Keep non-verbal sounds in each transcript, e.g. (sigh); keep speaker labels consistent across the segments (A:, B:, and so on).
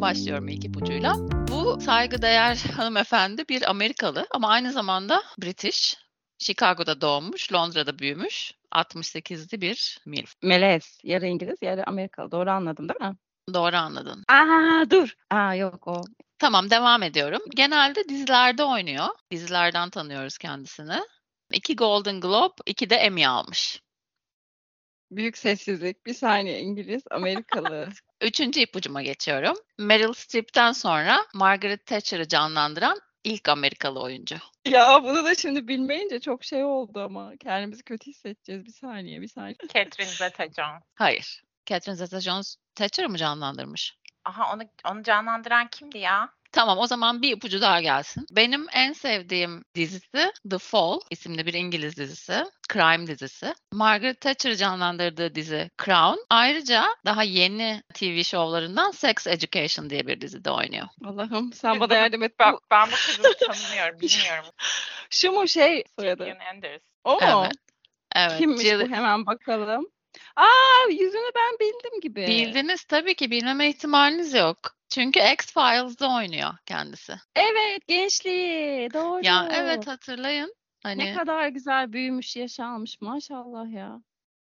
A: başlıyorum ilk ipucuyla. Bu saygıdeğer hanımefendi bir Amerikalı ama aynı zamanda British. Chicago'da doğmuş, Londra'da büyümüş. 68'li bir milf.
B: Melez. Yarı İngiliz, yarı Amerikalı. Doğru anladım değil mi?
A: Doğru anladın.
B: Aa dur. Aa yok o.
A: Tamam devam ediyorum. Genelde dizilerde oynuyor. Dizilerden tanıyoruz kendisini. İki Golden Globe, iki de Emmy almış.
B: Büyük sessizlik. Bir saniye İngiliz, Amerikalı.
A: Üçüncü ipucuma geçiyorum. Meryl Streep'ten sonra Margaret Thatcher'ı canlandıran ilk Amerikalı oyuncu.
B: ya bunu da şimdi bilmeyince çok şey oldu ama. Kendimizi kötü hissedeceğiz. Bir saniye, bir saniye.
C: Catherine Zeta-Jones.
A: Hayır. Catherine Zeta-Jones Thatcher'ı mı canlandırmış?
C: Aha onu onu canlandıran kimdi ya?
A: Tamam o zaman bir ipucu daha gelsin. Benim en sevdiğim dizisi The Fall isimli bir İngiliz dizisi. Crime dizisi. Margaret Thatcher'ı canlandırdığı dizi Crown. Ayrıca daha yeni TV şovlarından Sex Education diye bir dizide oynuyor.
B: Allah'ım sen
C: Biz
B: bana
C: bunu-
B: yardım et.
C: Bak
B: Bu,
C: ben bu (laughs) kızı tanımıyorum, (laughs) bilmiyorum.
B: şu mu şey soyadı?
C: Gillian Anders.
B: O mu?
A: Evet. Evet.
B: Kimmiş
A: Jill-
B: bu? Hemen bakalım. Aa yüzünü ben bildim gibi.
A: Bildiniz tabii ki bilmeme ihtimaliniz yok. Çünkü X-Files'da oynuyor kendisi.
B: Evet gençliği. Doğru.
A: Ya evet hatırlayın. Hani
B: Ne kadar güzel büyümüş, yaş almış maşallah ya.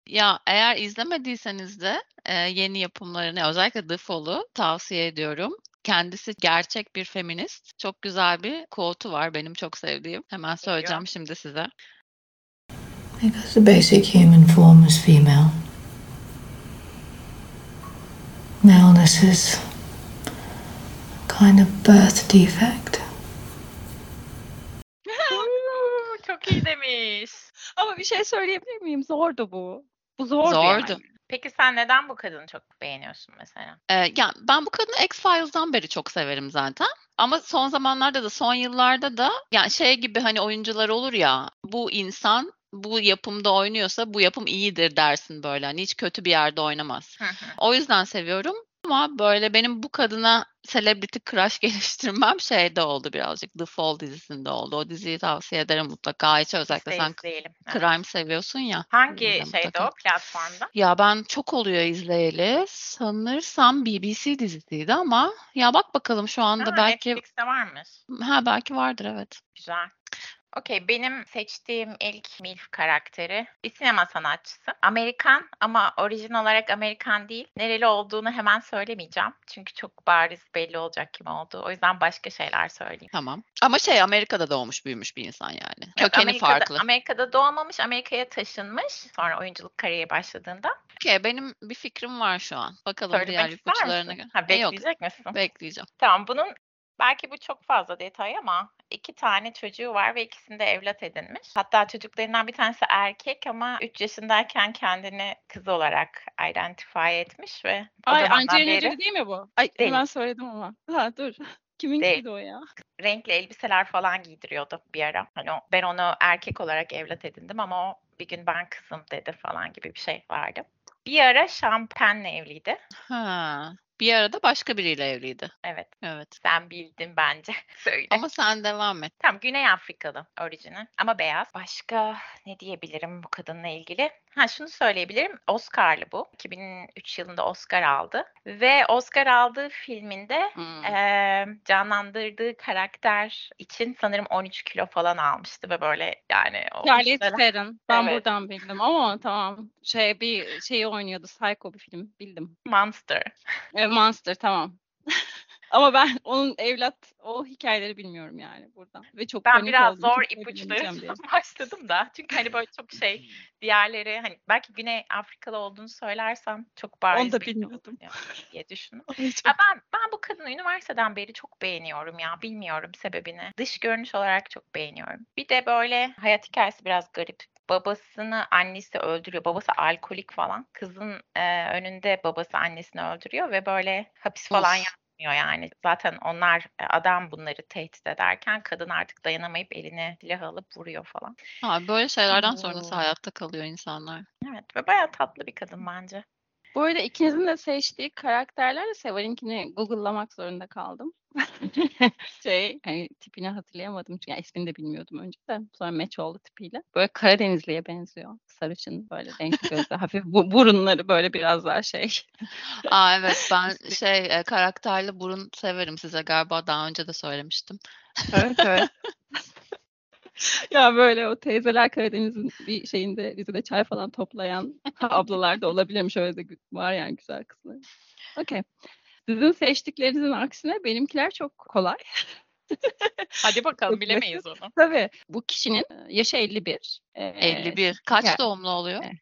A: ya eğer izlemediyseniz de e, yeni yapımlarını özellikle The Fall'u tavsiye ediyorum. Kendisi gerçek bir feminist. Çok güzel bir quote'u var benim çok sevdiğim. Hemen söyleyeceğim şimdi size.
D: Because the basic human form is female. Maleness is a kind of birth defect.
C: Uuu, Çok iyi demiş.
B: Ama bir şey söyleyebilir miyim? Zordu bu. Bu zordu.
A: Zordu.
B: yani.
C: Peki sen neden bu kadını çok beğeniyorsun mesela?
A: Ee, yani ben bu kadını X-Files'dan beri çok severim zaten. Ama son zamanlarda da son yıllarda da yani şey gibi hani oyuncular olur ya bu insan bu yapımda oynuyorsa bu yapım iyidir dersin böyle. Hani hiç kötü bir yerde oynamaz.
C: Hı hı.
A: O yüzden seviyorum ama böyle benim bu kadına celebrity crush (laughs) geliştirmem şeyde oldu birazcık. The Fall dizisinde oldu. O diziyi tavsiye ederim mutlaka. Ayça özellikle
C: Biz de
A: sen
C: izleyelim. Evet.
A: crime seviyorsun ya.
C: Hangi
A: İzle
C: şeyde
A: mutlaka.
C: o platformda?
A: Ya ben çok oluyor izleyeli. Sanırsam BBC dizisiydi ama ya bak bakalım şu anda
C: Ha,
A: belki
C: Netflix'te varmış.
A: ha belki vardır evet.
C: Güzel. Okey benim seçtiğim ilk MILF karakteri bir sinema sanatçısı. Amerikan ama orijin olarak Amerikan değil. Nereli olduğunu hemen söylemeyeceğim. Çünkü çok bariz belli olacak kim olduğu. O yüzden başka şeyler söyleyeyim.
A: Tamam. Ama şey Amerika'da doğmuş büyümüş bir insan yani. Kökeni
C: Amerika'da,
A: farklı.
C: Amerika'da doğmamış, Amerika'ya taşınmış. Sonra oyunculuk kariyeri başladığında.
A: Okey benim bir fikrim var şu an. Bakalım diğer
C: Söylemek ister
A: ipuçlarına.
C: misin? Ha,
A: E, yok
C: bekleyecek misin?
A: bekleyeceğim.
C: Tamam bunun belki bu çok fazla detay ama iki tane çocuğu var ve ikisini de evlat edinmiş. Hatta çocuklarından bir tanesi erkek ama 3 yaşındayken kendini kız olarak identify etmiş ve o
B: Ay
C: zamandan
B: Angelina
C: beri
B: Jolie değil mi bu? Ay
C: Değil.
B: hemen söyledim ama. Ha dur. (laughs) Kimin
C: Değil.
B: kıydı o ya?
C: renkli elbiseler falan giydiriyordu bir ara. Hani o- ben onu erkek olarak evlat edindim ama o bir gün ben kızım dedi falan gibi bir şey vardı. Bir ara Şampen'le evliydi.
A: Ha. Bir arada başka biriyle evliydi.
C: Evet
A: Evet.
C: sen bildin bence. (laughs) Söyle.
A: Ama sen devam et.
C: Tam Güney Afrikalı orijini ama beyaz. Başka ne diyebilirim bu kadınla ilgili? Ha şunu söyleyebilirim. Oscar'lı bu. 2003 yılında Oscar aldı. Ve Oscar aldığı filminde
A: Hmm.
C: eee, canlandırdığı karakter için sanırım 13 kilo falan almıştı ve böyle yani o
B: Charlize
C: üstlere-
B: Theron. Ben
C: Evet.
B: buradan bildim ama tamam. Şey bir şeyi oynuyordu. Psycho bir film. Bildim.
C: Monster.
B: E, Monster tamam. (laughs) ama ben onun evlat o hikayeleri bilmiyorum yani buradan. Ve çok
C: Ben
B: panik
C: biraz
B: oldum.
C: zor
B: Kimseye bilemeyeceğim şey diye.
C: (laughs) ipuçları başladım da. Çünkü hani böyle çok
B: (laughs)
C: şey diğerleri hani belki Güney Afrikalı olduğunu söylersem çok bariz
B: Onu da
C: belli olur
B: bilmiyordum.
C: diye- (laughs) diye düşündüm.
B: Ay, çok- (laughs)
C: Ya ben ben bu kadını üniversiteden beri çok beğeniyorum ya. Bilmiyorum sebebini. Dış görünüş olarak çok beğeniyorum. Bir de böyle hayat hikayesi biraz garip. Babasını annesi öldürüyor. Babası alkolik falan. Kızın e, önünde babası annesini öldürüyor ve böyle hapis falan
A: Of.
C: yatmıyor yani. Zaten onlar e, adam bunları tehdit ederken kadın artık dayanamayıp eline silah alıp vuruyor falan.
A: Ha, böyle şeylerden sonrası
C: Oo.
A: hayatta kalıyor insanlar.
C: Evet ve bayağı tatlı bir kadın bence.
B: Bu arada ikinizin de seçtiği karakterler de Severin'kini Google'lamak zorunda kaldım. (laughs) şey hani tipini hatırlayamadım. Çünkü yani ismini de bilmiyordum önce de. Sonra meç oldu tipiyle. Böyle Karadenizli'ye benziyor. Sarışın böyle renkli gözlü. hafif bu, burunları böyle biraz daha şey.
A: Aa (laughs) evet ben
B: İsmi-
A: şey e, karakterli burun severim size galiba daha önce de söylemiştim.
B: evet evet. (laughs) ya böyle o teyzeler Karadeniz'in bir şeyinde Rize'de çay falan toplayan (laughs) ablalar da olabilirmiş. Öyle de gü- var yani güzel kızlar. Okey. Sizin seçtiklerinizin aksine benimkiler çok kolay.
C: Hadi bakalım
B: Çok
C: bilemeyiz onu.
B: Tabii bu kişinin e, yaşı 51. Ee,
A: 51. Kaç
B: ya-
A: doğumlu oluyor?
B: Evet.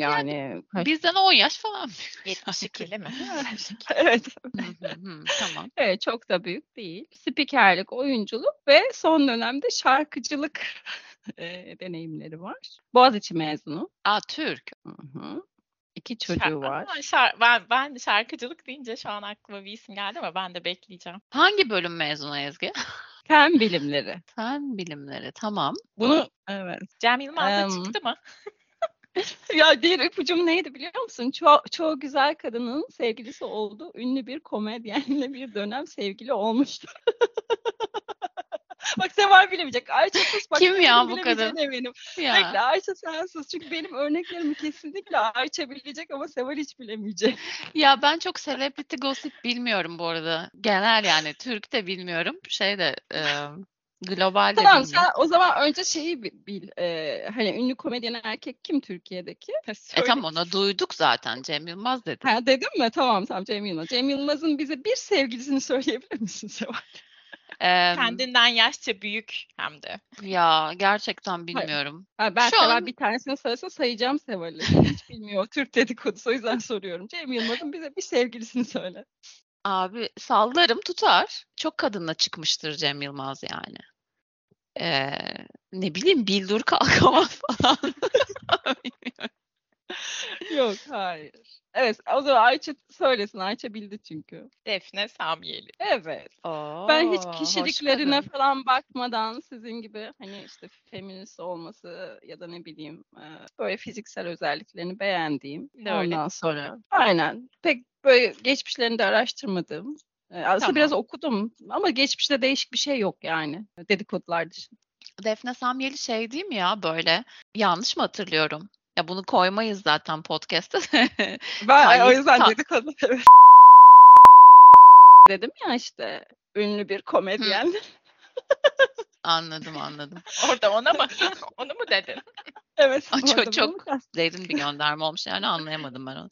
B: Yani kaç-
A: Bizden 10 yaş falan.
C: 72'li mi?
B: (laughs)
C: (laughs)
B: evet.
A: Hı hı hı, tamam.
B: (laughs) evet çok da büyük değil. Spikerlik, oyunculuk ve son dönemde şarkıcılık (laughs) e, deneyimleri var. Boğaziçi mezunu.
A: (laughs) Aa Türk.
B: Hı-hı. İki
C: Şar-
B: çocuğu var.
C: Ama şar- ben, ben şarkıcılık deyince şu an aklıma bir isim geldi ama ben de bekleyeceğim.
A: Hangi bölüm mezunu Ezgi?
B: Fen bilimleri.
A: Fen bilimleri. Tamam.
B: Bunu evet.
C: Cem Yılmaz da
B: Em,
C: çıktı mı?
B: ya diğer ipucum neydi biliyor musun? Çoğu, çoğu güzel kadının sevgilisi oldu. Ünlü bir komedyenle bir dönem sevgili olmuştu. (laughs) Bak Seval bilemeyecek. Ayça sus bak.
A: Kim
B: senin
A: ya bu
B: bilemeyeceğine
A: kadın?
B: Eminim. Bekle
A: Ya.
B: Ayça sen sus. Çünkü benim örneklerimi kesinlikle Ayça bilecek ama Seval hiç bilemeyecek.
A: ya ben çok celebrity gossip bilmiyorum bu arada. Genel yani Türk de bilmiyorum. Şey de e, global de
B: Tamam sen
A: bilmiyorum.
B: o zaman önce şeyi bi- bil. Ee, hani ünlü komedyen erkek kim Türkiye'deki?
A: E
B: Söyle.
A: tamam onu duyduk zaten Cem Yılmaz dedi.
B: Ha, dedim mi? Tamam tamam Cem Yılmaz. Cem Yılmaz'ın bize bir sevgilisini söyleyebilir misin Seval?
A: Em,
C: Kendinden yaşça büyük hem de.
A: ya gerçekten bilmiyorum.
B: Ha, ben
A: Şu
B: Seval
A: an-
B: bir tanesini söylese sayacağım Seval'i. Hiç bilmiyor Türk dedikodusu o yüzden soruyorum. Cem Yılmaz'ın bize bir sevgilisini söyle.
A: Abi sallarım tutar. Çok kadınla çıkmıştır Cem Yılmaz yani. Ee, ne bileyim Bildur Kalkamaz (laughs) falan.
B: Yok hayır. Evet o zaman Ayça söylesin. Ayça bildi çünkü.
C: Defne Samyeli.
B: Evet. Ben hiç
A: Oo, hoş
B: kişiliklerine
A: (laughs) kadın.
B: falan bakmadan sizin gibi hani işte feminist olması ya da ne bileyim e, böyle fiziksel özelliklerini beğendiğim.
C: Bir de öyle
B: Ondan sonra aynen pek böyle geçmişlerini de araştırmadım. E, Aslında
C: Tamam.
B: biraz okudum ama geçmişte değişik bir şey yok yani dedikodular dışında.
A: Defne Samyeli şey değil mi ya böyle? Yanlış mı hatırlıyorum? Ya bunu koymayız zaten podcast'te. de. (laughs)
B: Ben
A: Hayır,
B: o yüzden
A: ta-
B: dedikodu (laughs) dedim ya işte ünlü bir komedyen.
A: anladım anladım.
C: Orada ona mı? (laughs) onu mu dedin?
B: (laughs) evet.
A: Aa, çok-
B: orada
A: çok-
B: bunu-
A: Derin bir gönderme olmuş yani anlayamadım ben onu.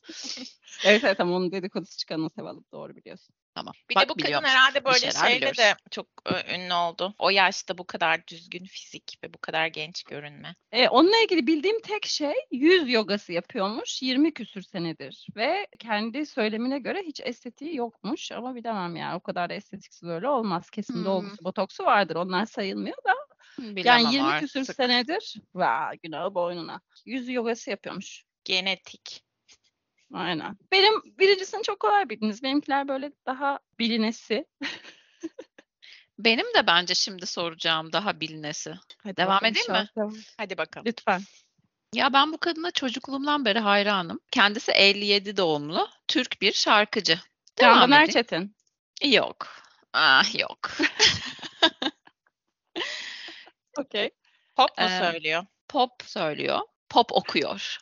B: Evet evet tamam onun dedikodusu çıkanı sevalım doğru biliyorsun.
A: Tamam.
C: Bir
A: Bak
C: de bu kadın
A: biliyormuş.
C: herhalde
A: Bir
C: böyle
A: şeyler
C: şeyle
A: biliyoruz.
C: de çok e, ünlü oldu. O yaşta bu kadar düzgün fizik ve bu kadar genç görünme.
B: E, onunla ilgili bildiğim tek şey yüz yogası yapıyormuş 20 küsür senedir ve kendi söylemine göre hiç estetiği yokmuş ama bilemem yani o kadar da estetiksiz öyle olmaz. Kesin
A: Hmm.
B: dolgusu botoksu vardır onlar sayılmıyor da
A: Bilemem
B: yani 20
A: artık.
B: küsür senedir va günah boynuna yüz yogası yapıyormuş.
C: Genetik.
B: Aynen. Benim birincisini çok kolay bildiniz. Benimkiler böyle daha bilinesi.
A: Benim de bence şimdi soracağım daha bilinesi.
B: Hadi
A: Devam
B: bakalım,
A: edeyim
B: şans
A: mi?
B: devam.
C: Hadi bakalım.
B: Lütfen.
A: Ya ben bu kadına çocukluğumdan beri hayranım. Kendisi 57 doğumlu. Türk bir şarkıcı. Devam
B: Candan
A: edeyim.
B: Erçetin.
A: Yok. Ah yok. (laughs)
B: Okey.
C: Pop mu
A: Ee,
C: söylüyor?
A: Pop söylüyor. Pop okuyor.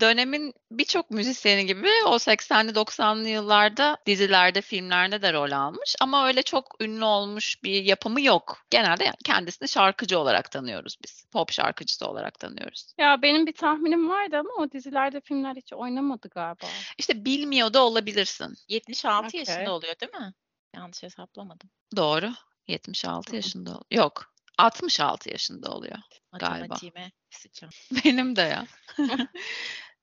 A: Dönemin birçok müzisyeni gibi o 80'li 90'lı yıllarda dizilerde, filmlerde de rol almış. Ama öyle çok ünlü olmuş bir yapımı yok. Genelde yani kendisini şarkıcı olarak tanıyoruz biz. Pop şarkıcısı olarak tanıyoruz.
B: Ya benim bir tahminim vardı ama o dizilerde filmler hiç oynamadı galiba.
A: İşte bilmiyor da olabilirsin.
C: 76
B: okey.
C: yaşında oluyor değil mi? Yanlış hesaplamadım.
A: Doğru. 76 yaşında ol- Yok. 66 yaşında oluyor. (laughs) Galiba.
C: Matematiğime sıçan.
A: Benim de ya. (laughs)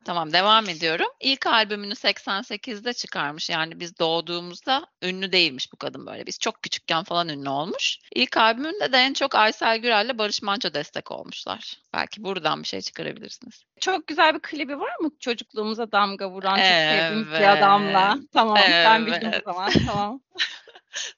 A: Tamam devam ediyorum. İlk albümünü 88'de çıkarmış. Yani biz doğduğumuzda ünlü değilmiş bu kadın böyle. Biz çok küçükken falan ünlü olmuş. İlk albümünde de en çok Aysel Gürel'le Barış Manço destek olmuşlar. Belki buradan bir şey çıkarabilirsiniz.
B: Çok güzel bir klibi var mı? Çocukluğumuza damga vuran çok sevdiğimiz
A: Evet.
B: bir adamla. Tamam ben bildim
A: Evet. (laughs)
B: o zaman. Tamam.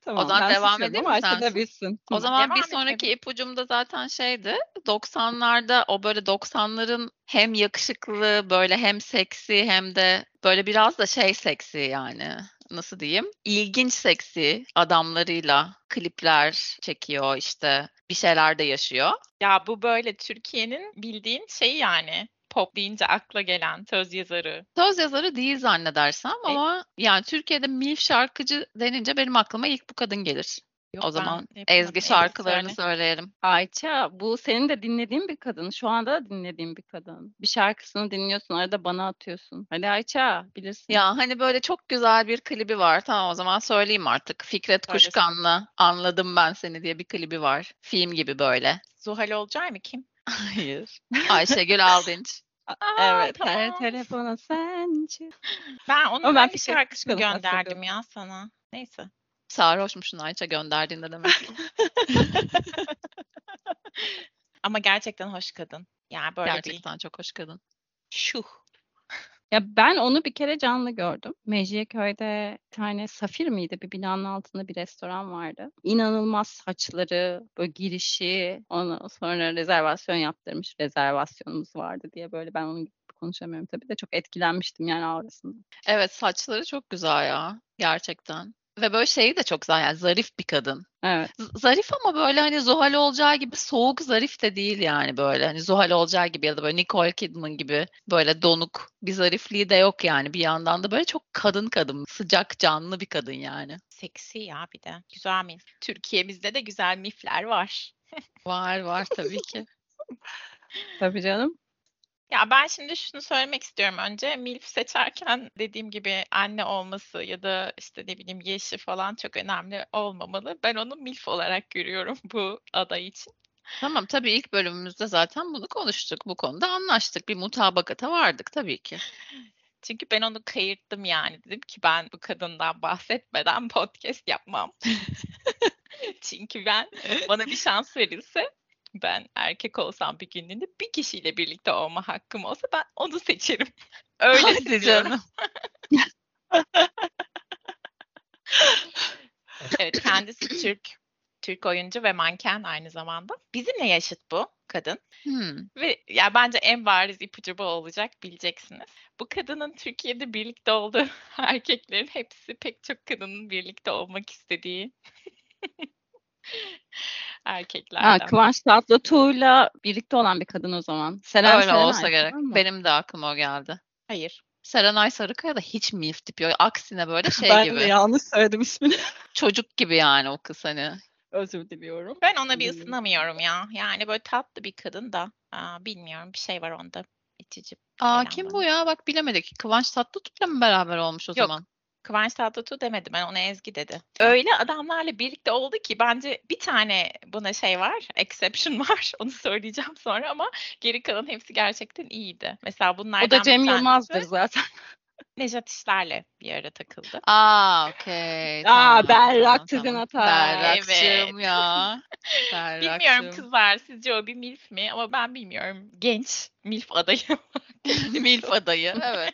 B: tamam
A: O zaman
B: ben
A: devam
B: susuyorum
A: edeyim
B: ama
A: mi
B: Ayşe de
A: sen?
B: bilsin.
A: O
B: Hı.
A: zaman bir
C: Devam
A: sonraki ipucum da zaten şeydi. 90'larda o böyle 90'ların hem yakışıklı böyle hem seksi hem de böyle biraz da şey seksi yani. nasıl diyeyim ilginç seksi adamlarıyla klipler çekiyor işte bir şeyler de yaşıyor.
C: Ya bu böyle Türkiye'nin bildiğin şeyi yani. Pop deyince akla gelen söz yazarı.
A: Söz yazarı değil zannedersem ama yani Türkiye'de milf şarkıcı denince benim aklıma ilk bu kadın gelir.
C: Yok,
A: o
C: ben
A: zaman
C: hep bana
A: Ezgi şarkılarını
C: söyle.
A: söyleyelim.
B: Ayça bu senin de dinlediğin bir kadın. Şu anda dinlediğin bir kadın. Bir şarkısını dinliyorsun arada bana atıyorsun. Hadi Ayça bilirsin.
A: Ya hani böyle çok güzel bir klibi var. Tamam o zaman söyleyeyim artık. Fikret
C: Söylesin.
A: Kuşkan'la Anladım Ben Seni diye bir klibi var. Film gibi böyle.
C: Zuhal Olcay mı kim?
A: Hayır. Ayşegül Aldınç.
C: Aa,
B: evet.
C: tamam.
B: Her telefona sen çık.
C: Ben onun
B: Ama ben
C: hangi
B: bir şey
C: şarkısını
B: çıkalım
C: gönderdim
B: hatırlıyorum.
C: ya sana. Neyse. (laughs)
A: Sarhoşmuşsun Ayça gönderdiğinde demek ki.
C: Ama gerçekten hoş kadın. Yani böyle bir
A: Gerçekten çok hoş kadın.
C: şuh.
B: Ya ben onu bir kere canlı gördüm. Mecidiyeköy'de bir tane Safir miydi? Bir binanın altında bir restoran vardı. İnanılmaz saçları, böyle girişi. Ondan sonra rezervasyon yaptırmış. Rezervasyonumuz vardı diye böyle ben onun gibi konuşamıyorum tabii de çok etkilenmiştim yani aurasında.
A: Evet saçları çok güzel ya. Gerçekten. Ve böyle şeyi de çok güzel yani zarif bir kadın.
B: Evet.
A: Z- Zarif ama böyle hani Zuhal Olcay gibi soğuk zarif de değil yani böyle. Hani Zuhal Olcay gibi ya da böyle Nicole Kidman gibi böyle donuk bir zarifliği de yok yani. Bir yandan da böyle çok kadın kadın, sıcak canlı bir kadın yani.
C: Seksi ya bir de. Güzel mif. Türkiye'mizde de güzel mifler var.
A: Var var tabii
B: (laughs)
A: ki.
B: Tabii canım.
C: Ya ben şimdi şunu söylemek istiyorum önce. Milf seçerken dediğim gibi anne olması ya da işte ne bileyim yaşı falan çok önemli olmamalı. Ben onu milf olarak görüyorum (laughs) bu aday için.
A: Tamam tabii ilk bölümümüzde zaten bunu konuştuk. Bu konuda anlaştık. Bir mutabakata vardık tabii ki.
C: Çünkü ben onu kayırttım yani. Dedim ki ben bu kadından bahsetmeden (laughs) podcast yapmam. (laughs) Çünkü ben bana bir şans verilse ben erkek olsam bir günlüğünde bir kişiyle birlikte olma hakkım olsa ben onu seçerim. (laughs) Öyle
A: Hadi
C: diyorum.
A: canım.
C: Evet kendisi Türk. Türk oyuncu ve manken aynı zamanda. Bizimle yaşıt bu kadın.
A: Hmm.
C: Ve ya bence en bariz ipucu bu olacak bileceksiniz. Bu kadının Türkiye'de birlikte olduğu (laughs) erkeklerin hepsi pek çok kadının birlikte olmak istediği (laughs)
B: Ha,
C: erkeklerden.
B: Kıvanç Tatlıtuğ'la birlikte olan bir kadın o zaman. Seren
A: Öyle
B: Serenay,
A: olsa gerek.
B: tamam mı?
A: Benim de aklıma o geldi.
C: Hayır.
A: Serenay Sarıkaya da hiç milf tipi yok. Aksine böyle şey
B: ben
A: gibi.
B: de yanlış söyledim ismini. (laughs)
A: Çocuk gibi yani o kız hani.
B: Özür diliyorum.
C: Ben ona bir
B: Bilmiyorum.
C: ısınamıyorum ya. Yani böyle tatlı bir kadın da. Aa, bilmiyorum bir şey var onda. İçici.
A: Aa
C: Gelen
A: kim
C: bana.
A: bu ya? Bak bilemedik. Kıvanç Tatlıtuğ'la mı beraber olmuş o
C: Yok.
A: zaman?
C: Kıvanç Tatlıtuğ demedi ben ona Ezgi dedi. Öyle adamlarla birlikte oldu ki bence bir tane buna şey var, exception (laughs) var. Onu söyleyeceğim sonra ama geri kalan hepsi gerçekten iyiydi. Mesela bunlardan
B: O da
C: bir
B: Cem
C: tanesi
B: Yılmaz'dır zaten.
C: Nejat İşler'le bir ara takıldı.
A: Aa okey. (laughs)
B: Aa, Berrak Sezen Aksu.
A: Berrakçığım ya. (laughs) Berrakçığım.
C: Bilmiyorum kızlar sizce o bir milf mi ama ben bilmiyorum. Genç milf adayı. (laughs)
A: Milf (laughs) adayı evet.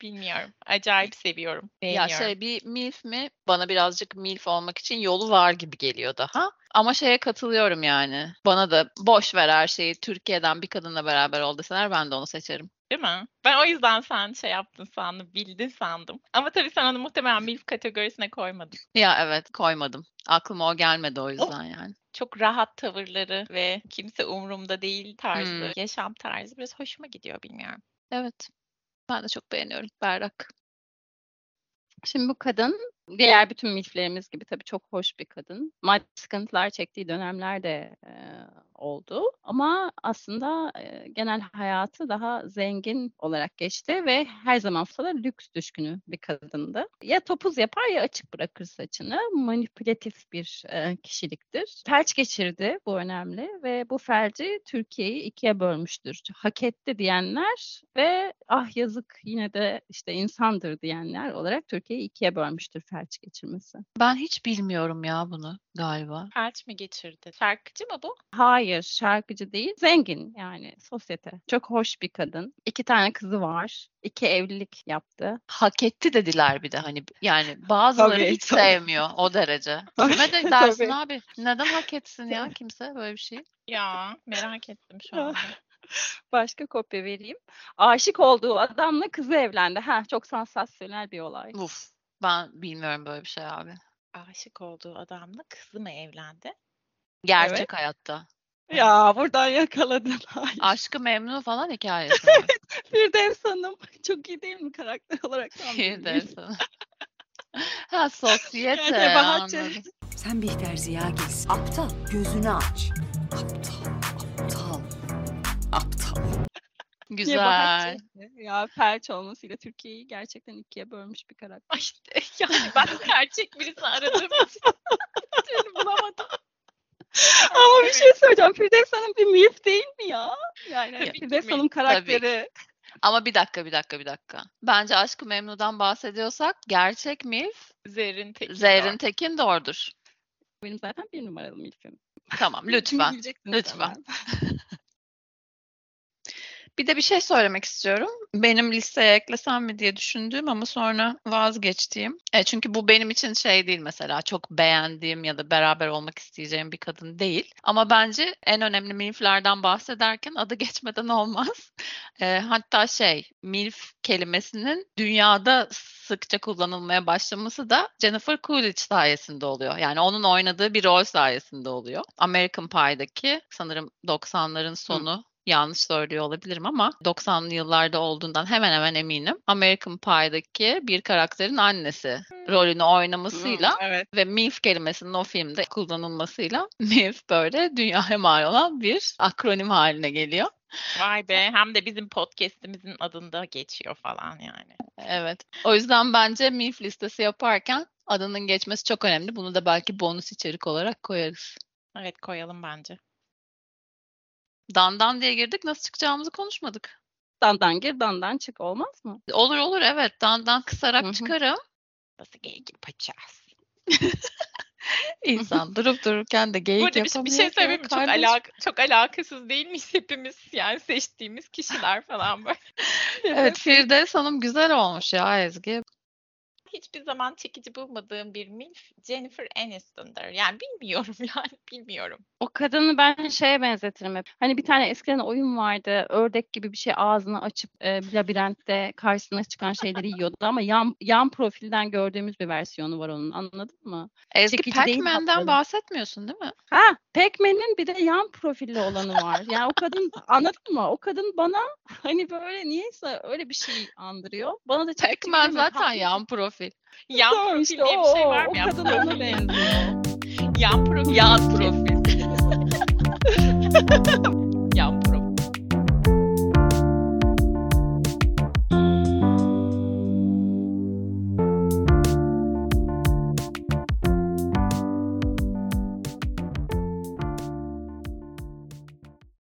C: bilmiyorum. Acayip seviyorum.
A: ya
C: Beğeniyorum.
A: şey bir milf mi? Bana birazcık milf olmak için yolu var gibi geliyor daha. Ama şeye katılıyorum yani. Bana da boş ver her şeyi. Türkiye'den bir kadınla beraber ol deseler ben de onu seçerim.
C: Değil mi? Ben o yüzden sen şey yaptın sandım, bildin sandım. Ama tabii sen onu muhtemelen milf kategorisine koymadın.
A: Ya evet koymadım. Aklıma o gelmedi o yüzden yani.
C: çok rahat tavırları ve kimse umurumda değil tarzı,
A: Hmm.
C: yaşam tarzı biraz hoşuma gidiyor bilmiyorum.
A: Evet. Ben de çok beğeniyorum Berrak.
B: Şimdi bu kadın diğer bütün milflerimiz gibi tabii çok hoş bir kadın. Maddi sıkıntılar çektiği dönemler de e, oldu. Ama aslında e, genel hayatı daha zengin olarak geçti ve her zaman fazla lüks düşkünü bir kadındı. Ya topuz yapar ya açık bırakır saçını. Manipülatif bir e, kişiliktir. Felç geçirdi bu önemli ve bu felci Türkiye'yi ikiye bölmüştür. Hak etti diyenler ve ah yazık yine de işte insandır diyenler olarak Türkiye'yi ikiye bölmüştür felç geçirmesi.
A: Ben hiç bilmiyorum ya bunu galiba.
C: Felç mi geçirdi? Şarkıcı mı bu?
B: Hayır, şarkıcı değil, zengin yani sosyete. Çok hoş bir kadın. İki tane kızı var. İki evlilik
A: (laughs)
B: yaptı.
A: Hak etti dediler bir de hani yani bazıları
B: Tabii,
A: hiç
B: tabii.
A: sevmiyor o derece. Kime
E: (laughs)
A: de
B: Tabii.
A: dersin abi? Neden hak etsin ya kimse böyle bir şey?
C: Ya merak ettim şu
B: Ya.
C: an.
B: Başka kopya vereyim. Aşık olduğu adamla kızı evlendi. Ha çok sansasyonel bir olay.
A: Uf. Ben bilmiyorum böyle bir şey abi.
C: Aşık olduğu adamla kızı mı evlendi?
A: Gerçek hayatta.
B: Ya buradan (laughs) yakaladın. Hayır.
A: Aşkı memnun
E: (laughs)
A: falan (laughs) hikayesi var.
B: Firdevs Hanım. (laughs) Çok iyi değil mi karakter olarak? Tam bilmiyorum.
A: Firdevs Hanım. (laughs) ha sosyete
B: Yani Bahçe.
A: anladım.
E: Sen Bihter Ziya Gilsin. Aptal. Gözünü aç. Aptal. Aptal. Aptal.
B: Niye Bahçe?
A: Güzel.
B: Ya felç olmasıyla Türkiye'yi gerçekten ikiye bölmüş bir
A: (laughs)
B: karakter.
C: Ay işte yani (laughs) ben gerçek birisini (laughs) aradığım için türlü bulamadım.
B: Ama bir şey söyleyeceğim. Firdevs Hanım bir mif değil mi ya? Yani
C: Tabii ki
B: Firdevs
C: mif,
B: Hanım karakteri.
A: Ama bir dakika bir dakika bir dakika. Bence Aşkı Memnu'dan bahsediyorsak gerçek MILF
C: Zerrin Tekin.
A: Zerrin Tekin doğrudur.
B: Benim zaten bir numaralı milfim.
A: Tamam lütfen.
B: Bileceksiniz
A: lütfen.
B: hemen.
A: Bir de bir şey söylemek istiyorum. Benim listeye eklesem mi diye düşündüğüm ama sonra vazgeçtiğim. E, çünkü bu benim için şey değil mesela çok beğendiğim ya da beraber olmak isteyeceğim bir kadın değil. Ama bence en önemli milflerden bahsederken adı geçmeden olmaz. E, hatta şey milf kelimesinin dünyada sıkça kullanılmaya başlaması da Jennifer Coolidge sayesinde oluyor. Yani onun oynadığı bir rol sayesinde oluyor. American Pie'daki sanırım 90'ların sonu yanlış söylüyor olabilirim ama 90'lı yıllarda olduğundan hemen hemen eminim. American Pie'daki bir karakterin annesi rolünü oynamasıyla
C: Hmm.
B: Evet.
A: ve MILF kelimesinin o filmde kullanılmasıyla (laughs) MILF böyle dünyaya mal olan bir akronim haline geliyor.
C: Vay be hem de bizim podcast'imizin adında geçiyor falan yani.
A: Evet. O yüzden bence MILF listesi yaparken adının geçmesi çok önemli. Bunu da belki bonus içerik olarak koyarız.
C: Evet koyalım bence.
A: Dandan diye girdik. Nasıl çıkacağımızı konuşmadık.
B: Dandan gir dandan çık olmaz mı?
A: Olur olur evet. Dandan kısarak
B: Hı hı.
A: çıkarım.
C: Nasıl geyik yapacağız?
A: (laughs) İnsan durup dururken de geyik
C: Burada bir, şey-
A: yapamıyor.
C: bir şey
A: ki
C: söyleyeyim mi? Çok,
A: kardeşim.
C: alak çok alakasız değil miyiz hepimiz? (laughs) Yani seçtiğimiz kişiler
B: (laughs)
C: falan böyle.
A: Evet Firdevs Hanım güzel olmuş ya Ezgi.
C: (laughs) Hiçbir zaman çekici bulmadığım bir milf Jennifer Aniston'dır. Yani bilmiyorum (laughs) yani bilmiyorum.
B: O kadını ben şeye benzetirim hep. Hani bir tane eskiden oyun vardı. Ördek gibi bir şey ağzını açıp e, bir labirentte karşısına çıkan şeyleri yiyordu ama yan yan profilden gördüğümüz bir versiyonu var onun. Anladın mı?
A: Ezgi
B: Çekici değil
A: Pac-Man'den
B: tatlı.
A: bahsetmiyorsun değil mi?
B: Ha, Pac-Man'in bir de yan profilli olanı var. Yani o kadın anladın mı? O kadın bana hani böyle niyeyse öyle bir şey andırıyor. Bana da çekici
A: Pac-Man
B: gelmiyor.
A: zaten
B: Haklı.
A: yan profil.
C: Yan
B: Tamam
C: profil
B: işte
C: diye bir şey
B: o,
C: var
B: o
C: mı? Yan
B: kadın ona
C: profil. şey.
B: benziyor.
C: Yan profil. (laughs)
A: Yan profil.